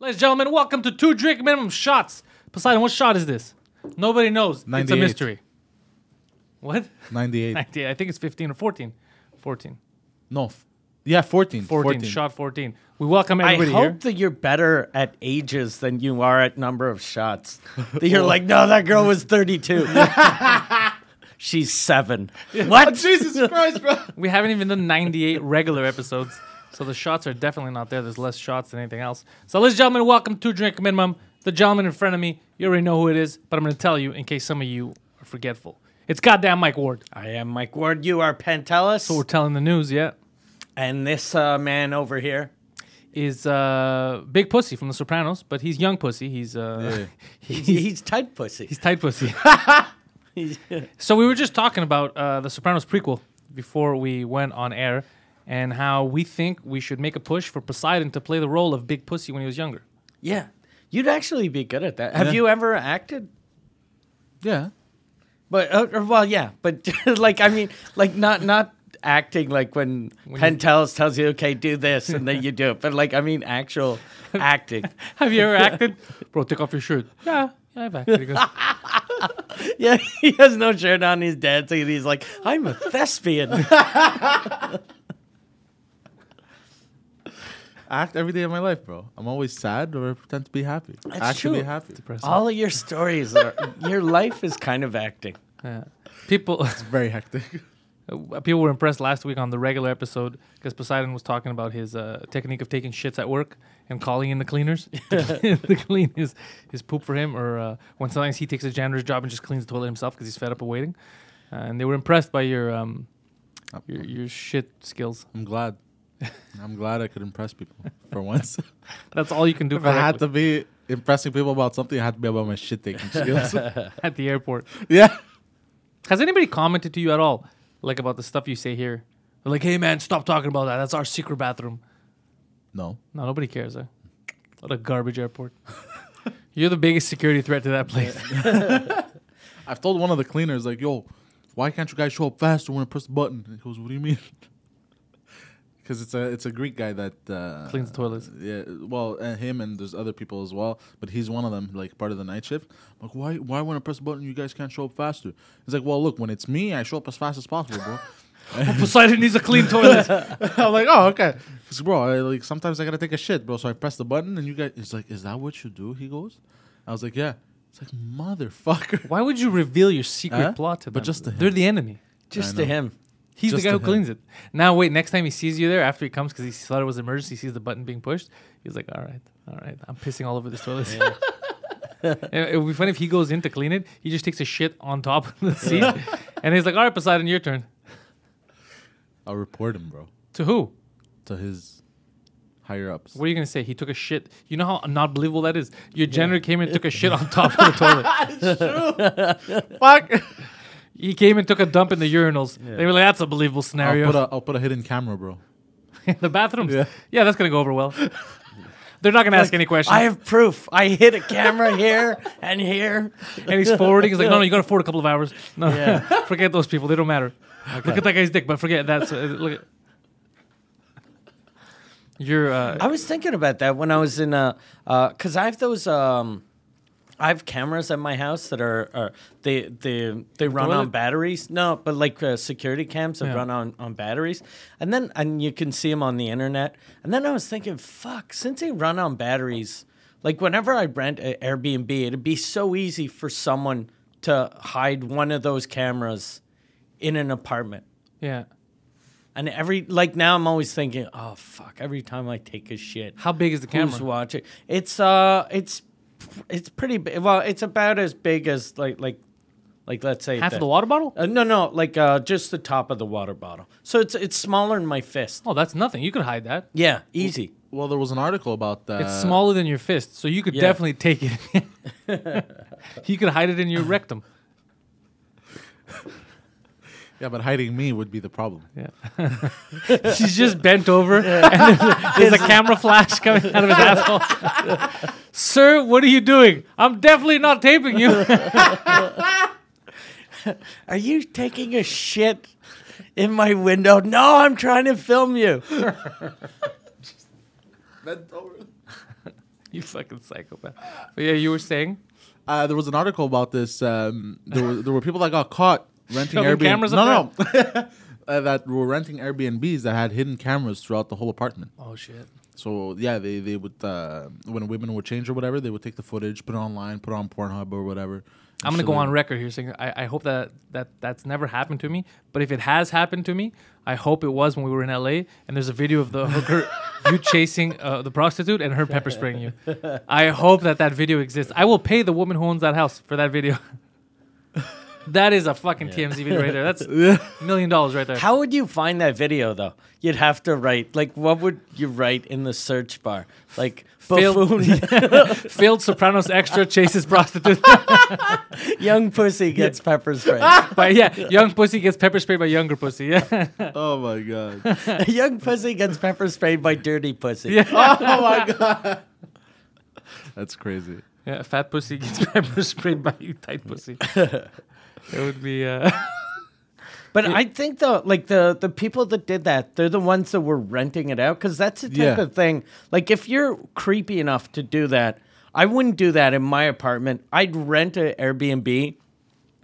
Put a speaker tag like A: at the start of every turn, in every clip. A: Ladies and gentlemen, welcome to Two Drink Minimum Shots. Poseidon, what shot is this? Nobody knows. It's a
B: 98.
A: mystery. What?
B: 98.
A: 98. I think it's 15 or 14. 14.
B: No. f- Yeah, 14.
A: 14. Shot 14. We welcome
C: I
A: everybody
C: hope
A: here.
C: that you're better at ages than you are at number of shots. That you're like, no, that girl was 32. She's seven. What?
B: Jesus Christ, bro.
A: We haven't even done 98 regular episodes, so the shots are definitely not there. There's less shots than anything else. So, ladies and gentlemen, welcome to Drink Minimum. The gentleman in front of me, you already know who it is, but I'm going to tell you in case some of you are forgetful. It's goddamn Mike Ward.
C: I am Mike Ward. You are Pantelis.
A: We're telling the news, yeah.
C: and this uh, man over here.
A: Is uh, Big Pussy from The Sopranos, but he's young pussy. He's uh,
C: He's, he's tight pussy.
A: He's tight pussy. so we were just talking about uh, the Sopranos prequel before we went on air, and how we think we should make a push for Poseidon to play the role of Big Pussy when he was younger.
C: yeah. You'd actually be good at that. Have you ever acted?
B: Yeah.
C: But uh, or, well, yeah, but like I mean, like not not acting like when, Pentelis tells you, okay, do this, and then you do it. But like I mean, actual acting.
A: Have you ever acted, bro? Take off your shirt. Yeah, yeah, I've acted. He goes,
C: Yeah, he has no shirt on. He's dancing. And he's like, I'm a thespian.
B: I act every day of my life, bro. I'm always sad or I pretend to be happy. I
C: That's
B: act to be
C: true.
B: happy.
C: All of your stories are. Your life is kind of acting.
A: yeah. People,
B: Very hectic.
A: Uh, people were impressed last week on the regular episode because Poseidon was talking about his uh, technique of taking shits at work and calling in the cleaners to clean his, his poop for him, or uh, when sometimes he takes a janitor's job and just cleans the toilet himself because he's fed up of waiting. Uh, and they were impressed by your um, your, your shit skills.
B: I'm glad. I'm glad I could impress people for once.
A: That's all you can do
B: if I had
A: correctly
B: to be impressing people about something, it had to be about my shit taking skills.
A: at the airport.
B: yeah.
A: Has anybody commented to you at all, like about the stuff you say here? They're like, hey man, stop talking about that. That's our secret bathroom.
B: No.
A: No, nobody cares. Eh? What a garbage airport. You're the biggest security threat to that place.
B: I've told one of the cleaners, like, yo, why can't you guys show up faster when I press the button? And he goes, what do you mean? Because it's a it's a Greek guy that uh,
A: Cleans the toilets.
B: Yeah, well, uh, him and there's other people as well, but he's one of them, like part of the night shift. I'm like, why why when I press the button you guys can't show up faster? He's like, well, look, when it's me, I show up as fast as possible, bro.
A: Poseidon needs a clean toilet.
B: I'm like, oh, okay. Because, bro, I, like sometimes I gotta take a shit, bro. So I press the button, and you guys, he's like, is that what you do? He goes, I was like, yeah. It's like motherfucker.
A: Why would you reveal your secret
B: Huh?
A: plot to them?
B: But just to him.
A: They're the enemy.
C: Just
B: I
C: to
B: know.
C: him.
A: He's
B: Just
A: the guy
B: to
A: who
B: him.
A: cleans it. Now wait, next time he sees you there after he comes because he thought it was an emergency, sees the button being pushed. He's like, all right, all right, I'm pissing all over this toilet. it, it would be funny if he goes in to clean it. He just takes a shit on top of the seat, and he's like, all right, Poseidon, your turn.
B: I'll report him, bro,
A: To who?
B: to his higher ups.
A: What are you gonna say? He took a shit. You know how not believable that is. Your janitor came and took a shit on top of the toilet.
B: Fuck.
A: He came and took a dump in the urinals. They were like, "That's a believable
B: I'll
A: scenario."
B: put, a, I'll put a hidden camera, bro.
A: in the bathrooms. Yeah.
B: Yeah.
A: that's gonna go over well. They're not gonna ask any questions.
C: I have proof. I hit a camera here and here.
A: and he's forwarding. He's like, "No, no, you gotta forward a couple of hours. No,
C: Yeah.
A: forget those people. They don't matter. Look at that guy's dick, but forget that. So, uh, look at your uh,
C: I was thinking about that when I was in a, because I have those, um, I have cameras at my house that are, are they they they run on
A: toilet?
C: batteries. No, but like uh, security cams that
A: Yeah.
C: run on on batteries, and then and you can see them on the internet. And then I was thinking, fuck, since they run on batteries, like whenever I rent a Airbnb, it'd be so easy for someone to hide one of those cameras in an apartment.
A: yeah.
C: And every like now, I'm always thinking, oh fuck! Every time I take a shit,
A: How big is the
C: Who's
A: camera?
C: watching? It's uh, it's it's pretty big. Well, it's about as big as like like like let's say
A: Half
C: the-
A: of the water bottle?
C: Uh, no, no, like uh, just the top of the water bottle. So it's it's smaller than my fist.
A: Oh, that's nothing. You could hide that.
C: Yeah, easy.
B: Well, there was an article about that.
A: It's smaller than your fist, so you could
C: yeah.
A: definitely take it. you could hide it in your rectum.
B: Yeah, but hiding me would be the problem.
A: Yeah. She's just bent over, and there's, there's a camera flash coming out of his asshole. Sir, what are you doing? I'm definitely not taping you.
C: Are you taking a shit in my window? No, I'm trying to film you.
A: you fucking psychopath. But yeah, you were saying
B: Uh, there was an article about this. Um, there, were, there were people that got caught renting
A: Shoving
B: Airbnb.
A: cameras
B: no,
A: up
B: no. uh, that were renting Airbnbs that had hidden cameras throughout the whole apartment.
A: Oh shit.
B: So yeah, they they would uh, when women would change or whatever, they would take the footage, put it online, put it on Pornhub or whatever.
A: I'm gonna go on record here saying I, I hope that, that that's never happened to me. But if it has happened to me, I hope it was when we were in LA and there's a video of the hooker you chasing uh, the prostitute and her pepper spraying you. I hope that that video exists. I will pay the woman who owns that house for that video. that is a fucking TMZ video right there. That's a million dollars right there.
C: How would you find that video though? You'd have to write like what would you write in the search bar? Like buffoon
A: Failed Sopranos extra chases prostitute.
C: young pussy gets pepper spray.
A: but yeah, young pussy gets pepper sprayed by younger pussy. Yeah.
B: Oh my god!
C: young pussy gets pepper sprayed by dirty pussy.
B: oh my god! That's crazy.
A: Yeah, fat pussy gets pepper sprayed by you tight pussy. it would be uh,
C: But I think though, like the the people that did that, they're the ones that were renting it out because that's the type
B: Yeah.
C: of thing. Like if you're creepy enough to do that, I wouldn't do that in my apartment. I'd rent an Airbnb,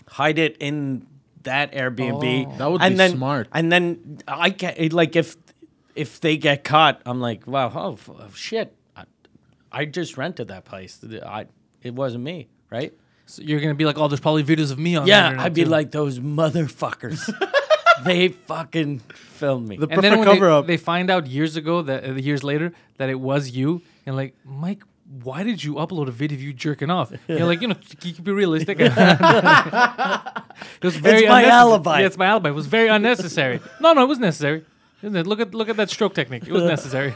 C: hide it in that Airbnb.
A: Oh.
B: That would
C: and
B: be
C: then,
B: smart.
C: And then I get like if if they get caught, I'm like, wow, oh f- shit, I, I just rented that place. I it wasn't me, right?
A: so you're gonna be like, oh, there's probably videos of me on. the
C: Yeah,
A: internet,
C: I'd be
A: too."
C: like those motherfuckers. they fucking filmed me.
B: The
A: and
B: perfect
A: then when
B: cover
A: they,
B: up.
A: they find out years ago that uh, years later that it was you, and like Mike. Why did you upload a video of you jerking off? You're like, you know, you can be realistic. it was very
C: my
A: unnecessary.
C: alibi.
A: Yeah, it's my alibi. It was very unnecessary. no, no, it was necessary. Isn't it? Look at look at that stroke technique. It was necessary.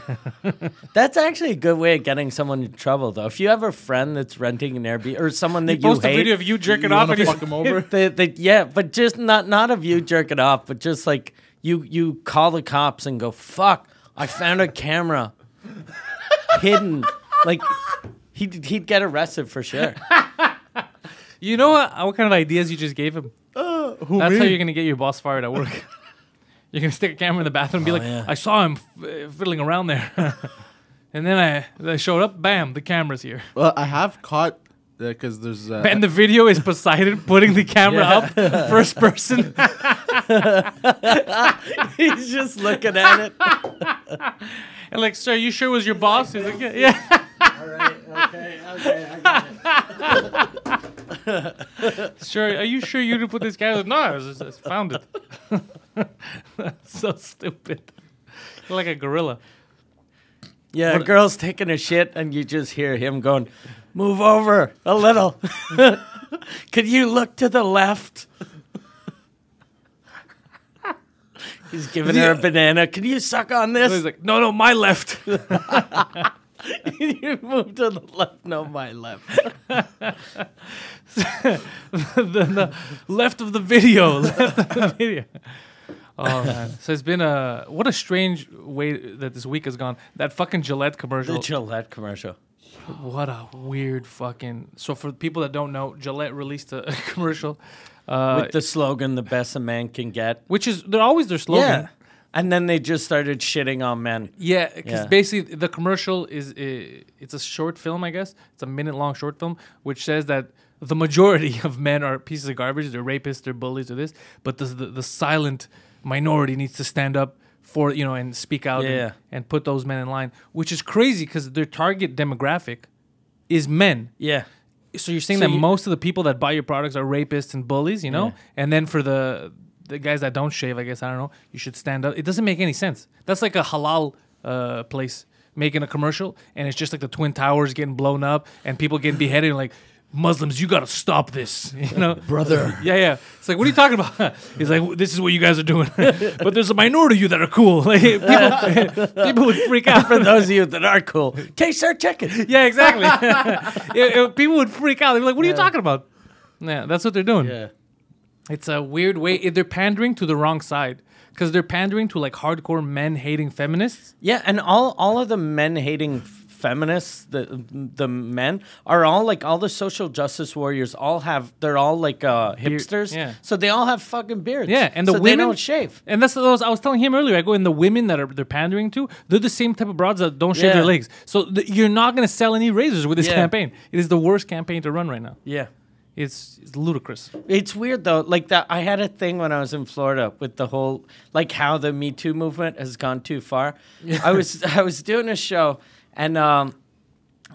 C: That's actually a good way of getting someone in trouble, though. If you have a friend that's renting an Airbnb or someone that you,
A: Post a
C: hate,
A: video of you jerking
B: You
A: off.
B: want
A: And you,
B: to fuck him over?
C: they, they, yeah, but just not not of you jerking off, but just like you you call the cops and go, "Fuck, I found a camera hidden." Like he'd he'd get arrested for sure.
A: you know what? What kind of ideas you just gave him?
B: Uh, Who
A: That's
B: me?
A: how you're gonna get your boss fired at work. you're gonna stick a camera in the bathroom and
B: Oh,
A: be like,
C: yeah.
A: "I saw him f- uh, fiddling around there," and then I, I showed up. Bam, the camera's here.
B: well, I have caught because there's uh,
A: And the video is Poseidon putting the camera up, first person.
C: He's just looking at it.
A: and like, sir, you sure was your boss? He's like, yeah. yeah. Sure, are you sure you didn't put this camera? No, I, was just, I found it. That's so stupid. Like a gorilla.
C: Yeah, a girl's taking a shit, and you just hear him going, "Move over a little. Could you look to the left?" He's giving her a banana. Can you suck on
A: He's
C: this?
A: like, no, no, my left.
C: you move to the left, no, my left.
A: the, the left of the video. Left of the video. Oh man! So it's been a what a strange way that this week has gone. That fucking Gillette commercial.
C: The Gillette commercial.
A: what a weird fucking. So for people that don't know, Gillette released a commercial, uh,
C: With the slogan, the best a man can get.
A: which is they're always their slogan.
C: And then they just started shitting on men.
A: Yeah, because
C: Yeah.
A: basically the commercial is i it's a short film, I guess. It's a minute long short film, which says that the majority of men are pieces of garbage. They're rapists, they're bullies, or this. But the the, the silent minority needs to stand up for you know and speak out
C: Yeah.
A: and, and put those men in line, which is crazy because their target demographic is men.
C: Yeah.
A: So you're saying
C: So
A: that
C: you-
A: most of the people that buy your products are rapists and bullies, you know?
C: Yeah.
A: And then for the the guys that don't shave, I guess I don't know, you should stand up. It doesn't make any sense. That's like a halal uh, place making a commercial, and it's just like the twin towers getting blown up and people getting beheaded. And like Muslims, you gotta stop this, you know, brother. Yeah, yeah. It's like, what are you talking about? He's like, this is what you guys are doing, but there's a minority of you that are cool. Like people, people would freak out.
C: For those of you that are cool, taste our chicken.
A: Yeah, exactly. It- it- people would freak out. They'd be like, "What are you talking about?" Yeah, that's what they're doing.
C: Yeah.
A: It's a weird way. it- They're pandering to the wrong side because they're pandering to like hardcore men hating feminists.
C: Yeah, and all all of the men hating f- feminists, the the men are all like all the social justice warriors. All have they're all like uh, hipsters.
A: yeah.
C: So they all have fucking beards.
A: Yeah, and the
C: so
A: women
C: they don't shave.
A: And that's those I was telling him earlier. I go, and the women that are they're pandering to, they're the same type of broads that don't shave
C: Yeah.
A: their legs. So th- you're not gonna sell any razors with this
C: Yeah.
A: campaign. It is the worst campaign to run right now.
C: Yeah.
A: It's, it's ludicrous.
C: It's weird though. Like that, I had a thing when I was in Florida with the whole like how the Me Too movement has gone too far. I was I was doing a show, and um,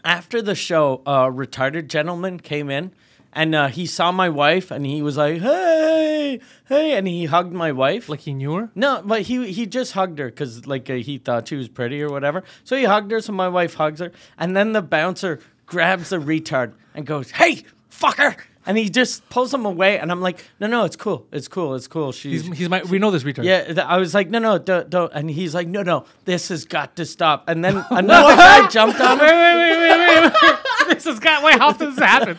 C: after the show, a retarded gentleman came in, and uh, he saw my wife, and he was like, "Hey, hey," and he hugged my wife.
A: Like he knew her.
C: No, but he he just hugged her because like uh, he thought she was pretty or whatever. So he hugged her. So my wife hugs her, and then the bouncer grabs the retard and goes, "Hey, fucker!" And he just pulls him away. And I'm like, "No, no, it's cool. It's cool. It's cool." She's
A: He's, he's my. We know this retard.
C: yeah, th- I was like, no, no, don't, don't. And he's like, no, no, this has got to stop. And then another guy jumped on
A: Wait,
C: him,
A: wait, wait, wait, wait, wait. this has got. Wait, how does this happen?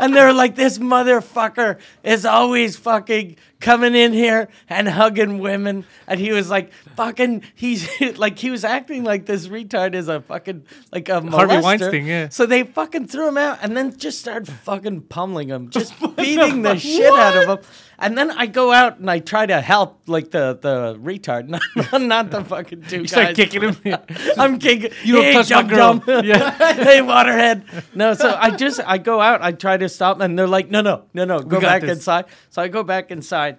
C: and they're like, this motherfucker is always fucking coming in here and hugging women. And he was like, fucking, he's like, he was acting like this retard is a fucking, like a molester.
A: Harvey Weinstein, yeah.
C: So they fucking threw him out and then just started fucking pummeling him, just beating the shit out of him. And then I go out and I try to help, like the the retard, not, not the fucking two
A: You
C: guys.
A: start kicking him.
C: I'm kicking.
A: You don't
C: hey,
A: touch my
C: dumb
A: girl.
C: dumb.
A: Yeah.
C: hey, waterhead. No, so I just I go out. I try to stop, and they're like, no, no, no, no, go
A: got
C: back
A: this.
C: inside. So I go back inside,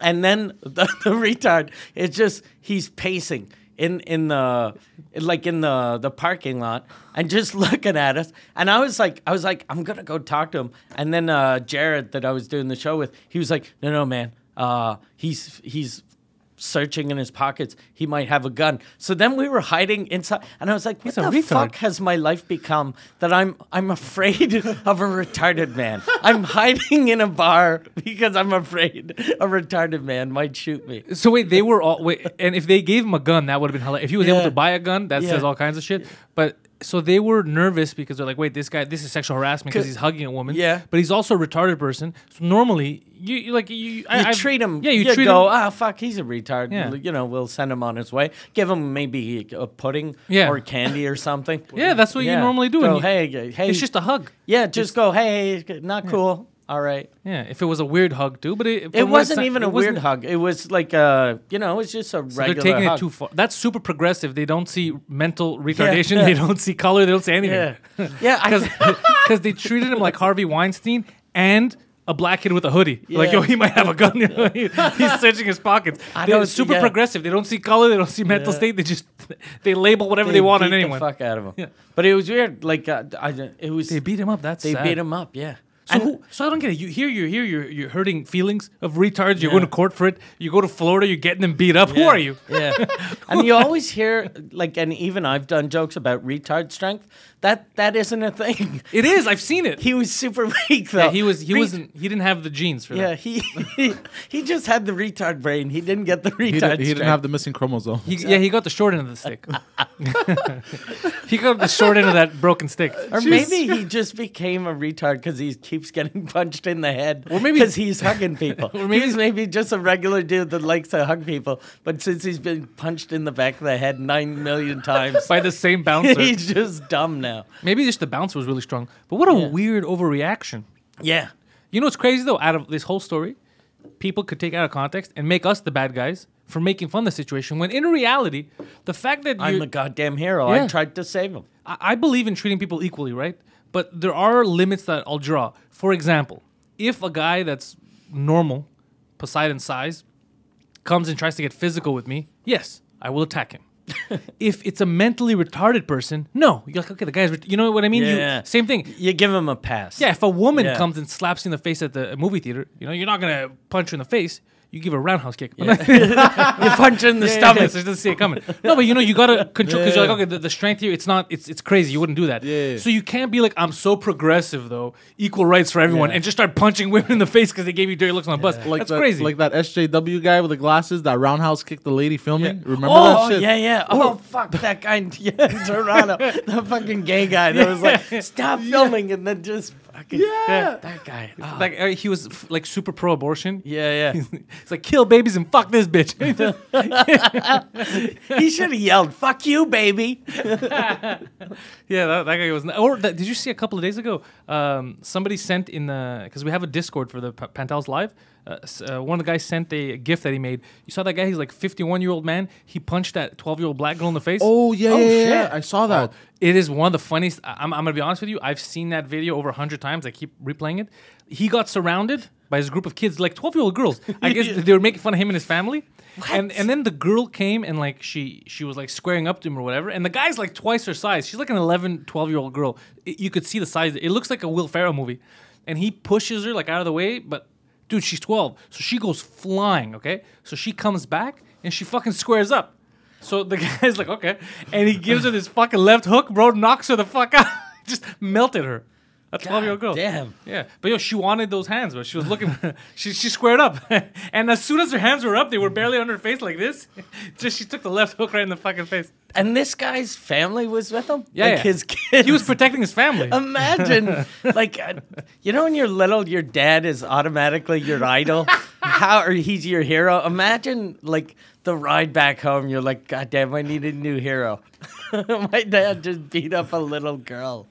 C: and then the, the retard it's just he's pacing in in the like in the the parking lot and just looking at us and i was like i was like i'm gonna go talk to him and then uh jared that i was doing the show with he was like no no man uh he's he's searching in his pockets he might have a gun so then we were hiding inside and i was like what
A: a
C: the
A: retard.
C: fuck has my life become that i'm i'm afraid of a retarded man i'm hiding in a bar because i'm afraid a retarded man might shoot me
A: So wait, they were all wait, and if they gave him a gun, that would have been hilarious. If he was able
C: Yeah.
A: to buy a gun, that says
C: Yeah.
A: all kinds of shit. But so they were nervous because they're like, wait, this guy, this is sexual harassment because
C: C-
A: he's hugging a woman.
C: Yeah.
A: but he's also a retarded person. So normally, you, you like you, I,
C: you
A: I've-
C: treat him.
A: Yeah, you, treat
C: go,
A: him.
C: Ah, fuck, he's a retard.
A: Yeah.
C: You know, we'll send him on his way. Give him maybe a pudding
A: Yeah.
C: or candy or something.
A: Yeah, that's what you
C: Yeah.
A: normally do.
C: Go,
A: and you-
C: hey, g- hey.
A: it's just a hug.
C: yeah, just go. Hey, not cool. All right.
A: Yeah, if it was a weird hug too, but it,
C: It
A: from what
C: wasn't
A: sou-
C: even
A: it
C: a weird
A: wasn't-
C: hug. It was like a, you know, it was just a
A: They're
C: regular
A: taking
C: hug.
A: it too far. That's super progressive. They don't see mental retardation.
C: Yeah.
A: They don't see color. They don't see anything.
C: yeah, yeah. I,
A: because they treated him like Harvey Weinstein and a black kid with a hoodie. Like, yo,
C: Yeah.
A: he might have a gun. You know, he- He's searching his pockets.
C: I
A: They're
C: don't-
A: super
C: yeah.
A: progressive. They don't see color. They don't see mental
C: Yeah.
A: state. They just they label whatever they, want
C: beat
A: on anyone.
C: The fuck out of him. But it was weird. Like uh, I, it was.
A: They beat him up. That's
C: They
A: sad.
C: beat him up. Yeah.
A: So, who, so I don't get it. You here, you're here, you're you're hurting feelings of retards. You're going to court for it. You go to Florida. You're getting them beat up. Who
C: Yeah,
A: are you?
C: Yeah. and you always hear like and even I've done jokes about retard strength. That that isn't a thing.
A: It is. I've seen it.
C: He was super weak though.
A: yeah, he was. He
C: Re-
A: wasn't. He didn't have the genes for
C: Yeah,
A: that.
C: he, he he just had the retard brain. He didn't get the retard
B: He, did,
C: strength.
B: he didn't have the missing chromosome.
A: He, yeah, he got the short end of the stick. he got the short end of that broken stick.
C: or maybe he just became a retard because he keeps getting punched in the head. Or
A: maybe-
C: because he's hugging people. or
A: maybe-
C: maybe he's maybe just a regular dude that likes to hug people, but since he's been punched in the back of the head nine million times,
A: by the same bouncer.
C: he's just dumb now.
A: Maybe just the bouncer was really strong. But what a weird overreaction.
C: Yeah,
A: You know what's crazy though? Out of this whole story, people could take it out of context and make us the bad guys for making fun of the situation. When in reality, the fact that
C: I'm
A: you,
C: a goddamn hero.
A: Yeah.
C: I tried to save him.
A: I, I believe in treating people equally, right? But there are limits that I'll draw. For example, if a guy that's normal, Poseidon size, comes and tries to get physical with me, yes, I will attack him. if it's a mentally retarded person, no. You're like, okay, the guy's, ret- you know what I mean?
C: Yeah.
A: You, same thing.
C: You give him a pass.
A: Yeah, if a woman
C: Yeah.
A: comes and slaps you in the face at the movie theater, you know, you're not gonna punch her in the face. You give her a roundhouse kick. But not-
C: you punch in the
A: stomach.
C: stomach.
A: so she doesn't see it coming. No, but you know, you gotta control because you're like, okay, the, the strength here, it's not, it's it's crazy. You wouldn't do that.
B: Yeah.
A: So you can't be like, I'm so progressive though, equal rights for everyone, and just start punching women in the face because they gave you dirty looks on the bus.
B: like
A: That's
B: that,
A: crazy.
B: Like that SJW guy with the glasses that roundhouse kicked the lady filming. Remember
C: Oh,
B: that shit?
C: yeah, yeah. Oh, fuck that guy in, yeah, in Toronto, the fucking gay guy that was like, "Stop filming," and then just fucking
B: Yeah.
C: that guy. Ah.
A: Like uh, he was f- like super pro-abortion.
C: yeah, yeah.
A: It's like kill babies and fuck this bitch.
C: he should have yelled, "Fuck you, baby."
A: yeah, that, that guy was. n- Or that, did you see a couple of days ago? Um, somebody sent in the because we have a Discord for the P- Pantels Live. Uh, s- uh, one of the guys sent a gift that he made. You saw that guy? He's like 51 year old man. He punched that 12 year old black girl in the face.
B: Oh yeah,
C: Oh,
B: yeah,
C: shit.
B: yeah. I saw that.
A: It is one of the funniest. I- I'm, I'm gonna be honest with you. I've seen that video over hundred times. I keep replaying it. He got surrounded by his group of kids, like twelve year old girls. I guess they were making fun of him and his family. And and then the girl came and like she she was like squaring up to him or whatever. And the guy's like twice her size. She's like an 11, 12 year old girl. I- you could see the size. It looks like a Will Ferrell movie. And he pushes her like out of the way, but dude, she's twelve, so she goes flying. Okay, so she comes back and she fucking squares up. So the guy's like, okay. And he gives her this fucking left hook, bro, knocks her the fuck out. Just melted her. A 12 year old girl.
C: damn.
A: Yeah. But yo, she wanted those hands, but she was looking, she, she squared up. and as soon as her hands were up, they were barely on her face like this. Just she took the left hook right in the fucking face.
C: And this guy's family was with him.
A: Yeah,
C: like
A: yeah.
C: his kids.
A: He was protecting his family.
C: Um, Imagine, like, uh, you know, when you're little, your dad is automatically your idol. How or he's your hero. Imagine, like, the ride back home. You're like, God damn, I need a new hero. My dad just beat up a little girl.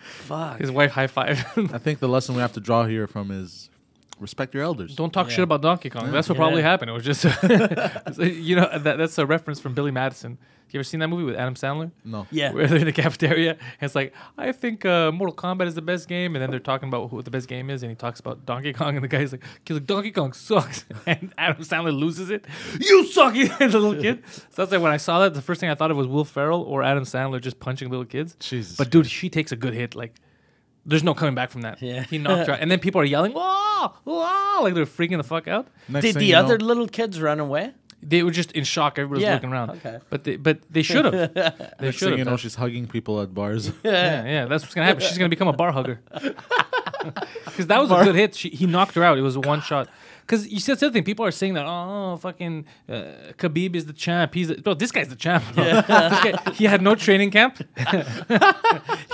C: Fuck.
A: his wife high five.
B: I think the lesson we have to draw here from is respect your elders.
A: Don't talk
C: Yeah.
A: shit about Donkey Kong. That's what
C: Yeah.
A: probably happened. It was just, so, you know, that, that's a reference from Billy Madison. You ever seen that movie with Adam Sandler?
B: no.
C: Yeah.
A: where they're in the cafeteria. And it's like, I think uh, Mortal Kombat is the best game. And then they're talking about who the best game is. And he talks about Donkey Kong. And the guy's like, he's like, Donkey Kong sucks. And Adam Sandler loses it. You suck, you little kid. So that's like when I saw that, the first thing I thought of was Will Ferrell or Adam Sandler just punching little kids.
B: Jesus
A: But dude, she takes a good hit. Like, there's no coming back from that.
C: Yeah.
A: He knocked her out. And then people are yelling, whoa, whoa, like they're freaking the fuck out
B: Next
C: Did
B: thing
C: the
B: you know-
C: other little kids run away?
A: they were just in shock. Everybody was
C: Yeah,
A: looking around.
C: okay.
A: But they, but they should have. they
B: next thing
A: should
B: you know,
A: have.
B: she's hugging people at bars.
A: Yeah, yeah, that's what's gonna happen. She's gonna become a bar hugger. Because that was a good hit. She, he knocked her out. It was a one shot. Because you said something. People are saying that. Oh, fucking uh, Khabib is the champ. He's the, bro. This guy's the champ. bro. This guy- he had no training camp.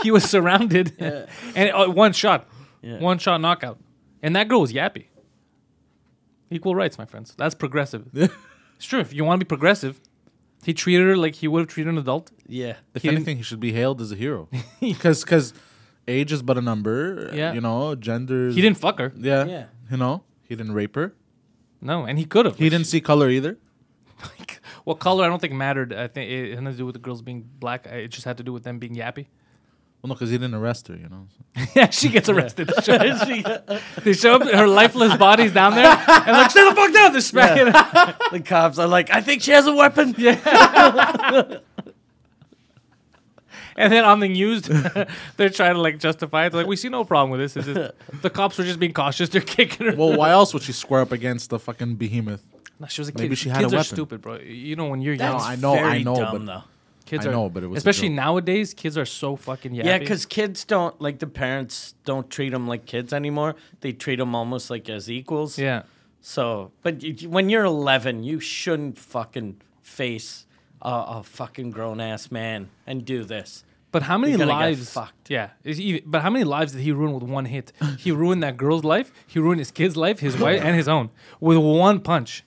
A: he was surrounded, and uh, one shot, one shot knockout. And that girl was yappy. Equal rights, my friends. That's progressive. it's true. If you want to be progressive, he treated her like he would have treated an adult.
C: Yeah.
B: If
A: He didn't-
B: anything, he should be hailed as a hero. Because age is but a number.
A: Yeah.
B: You know, gender.
A: He didn't fuck her.
B: Yeah.
C: Yeah.
B: You know, he didn't rape her.
A: No, and he could have.
B: He didn't see color either.
A: Like, well, color I don't think mattered. I think it had nothing to do with the girls being black. I- It just had to do with them being yappy.
B: Well, no, because he didn't arrest her. You know.
A: yeah, she gets arrested. They show- they show up, her lifeless body's down there, and like, shut the fuck down, they're smacking. her.
C: The cops are like, I think she has a weapon. Yeah.
A: And then on the news, they're trying to like justify it. They're like, we see no problem with this. It's just the cops were just being cautious. They're kicking her.
B: Well, why else would she square up against the fucking behemoth?
A: No, she was a kid.
B: maybe she had a
A: kids are
B: weapon.
A: stupid, bro. You know when you're young,
B: That's I know, I know, but-
C: Dumb, though.
A: kids
B: I
A: are.
B: know, but it was a
A: especially
B: joke.
A: nowadays, kids are so fucking yappy.
C: Yeah, because kids don't like the parents don't treat them like kids anymore. They treat them almost like as equals.
A: yeah,
C: So, but y- y- when you're 11, you shouldn't fucking face a, a fucking grown ass man and do this.
A: But how many
C: You're gonna get
A: lives?
C: fucked.
A: Yeah. Is he- but how many lives did he ruin with one hit? He ruined that girl's life. He ruined his kid's life, his wife, and his own with one punch.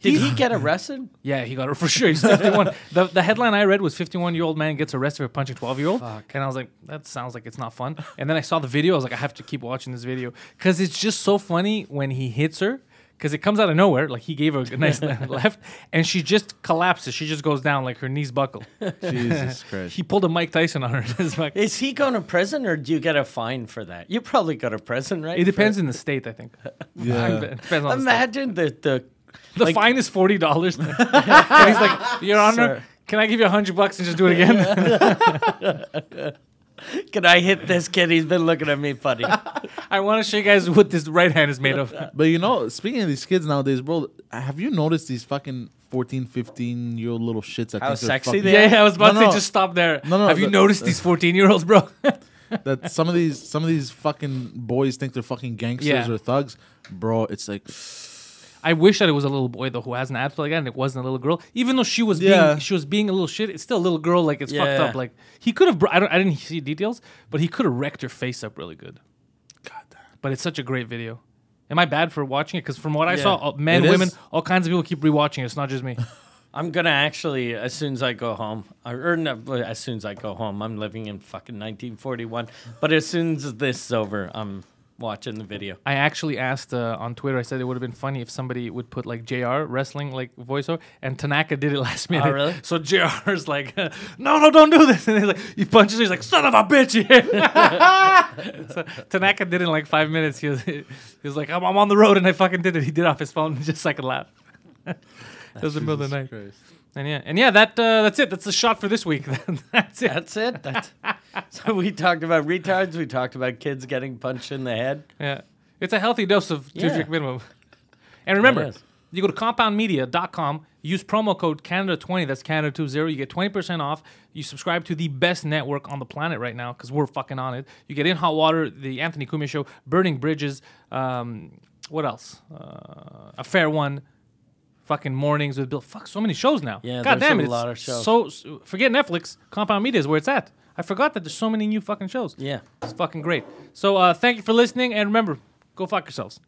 C: Did he get arrested?
A: Yeah, he got her for sure. He's 51. the, the headline I read was 51 year old man gets arrested for punching 12 year old. And I was like, that sounds like it's not fun. And then I saw the video. I was like, I have to keep watching this video because it's just so funny when he hits her because it comes out of nowhere. Like he gave her a nice left and she just collapses. She just goes down like her knees buckle.
B: Jesus Christ.
A: He pulled a Mike Tyson on her. It's like-
C: Is he going to prison or do you get a fine for that? You probably go to prison, right?
A: It depends on the state, I think.
B: Yeah.
A: It depends
C: For-
A: on the state.
C: Imagine the the
A: The
C: like-
A: fine is forty dollars. and he's like, Your Honor,
C: Sir.
A: can I give you a hundred bucks and just do it again?
C: Can I hit this kid? He's been looking at me funny.
A: I want to show you guys what this right hand is made of.
B: But you know, speaking of these kids nowadays, bro, have you noticed these fucking 14, 15 year old little shits? that
C: How
B: think they're
C: sexy
B: fucking-
C: they
A: Yeah, yeah, I was about
B: No,
A: to
B: no.
A: say just stop there.
B: No, no,
A: Have you
B: the-
A: noticed these fourteen year olds, bro?
B: that some of these some of these fucking boys think they're fucking gangsters
A: Yeah.
B: or thugs, bro. It's like
A: I wish that it was a little boy though who has an abs like that and it wasn't a little girl. Even though she was
B: Yeah.
A: being she was being a little shit, it's still a little girl, like it's fucked
C: Yeah.
A: up. Like he could have br- I don't I didn't see details, but he could have wrecked her face up really good. but it's such a great video. Am I bad for watching it? Because from what I
C: Yeah.
A: saw, all- men,
B: It
A: women,
B: is.
A: all kinds of people keep rewatching it. It's not just me.
C: I'm gonna actually, as soon as I go home, or no, as soon as I go home, I'm living in fucking 1941. But as soon as this is over, I'm watching the video.
A: I actually asked uh, on Twitter. I said it would have been funny if somebody would put like JR wrestling like voiceover, and Tanaka did it last minute.
C: really?
A: So JR is like, no, no, don't do this, and he's like, he punches. He's like, son of a bitch. so Tanaka did it in like five minutes. He was, he was like, I'm, I'm on the road, and I fucking did it. He did it off his phone just so I could laugh. that was the middle of the night. And yeah, and yeah, that uh, that's it. That's the shot for this week. that's it.
C: That's it. That's, so we talked about retards. We talked about kids getting punched in the head.
A: Yeah. It's a healthy dose of two
C: Yeah.
A: drink minimum. And remember,
C: is.
A: you go to compoundmedia.com, use promo code Canada20, that's Canada20, you get 20% off. You subscribe to the best network on the planet right now because we're fucking on it. You get In Hot Water, The Anthony Cumia Show, Burning Bridges, um, what else? Uh, a Fair One. Fucking mornings with Bill. Fuck, so many shows now.
C: Yeah,
A: God
C: there's
A: damn
C: a
A: it. it's
C: lot of shows.
A: So so- forget Netflix. Compound Media is where it's at. I forgot that there's so many new fucking shows.
C: Yeah.
A: It's fucking great. So uh, thank you for listening, and remember, go fuck yourselves.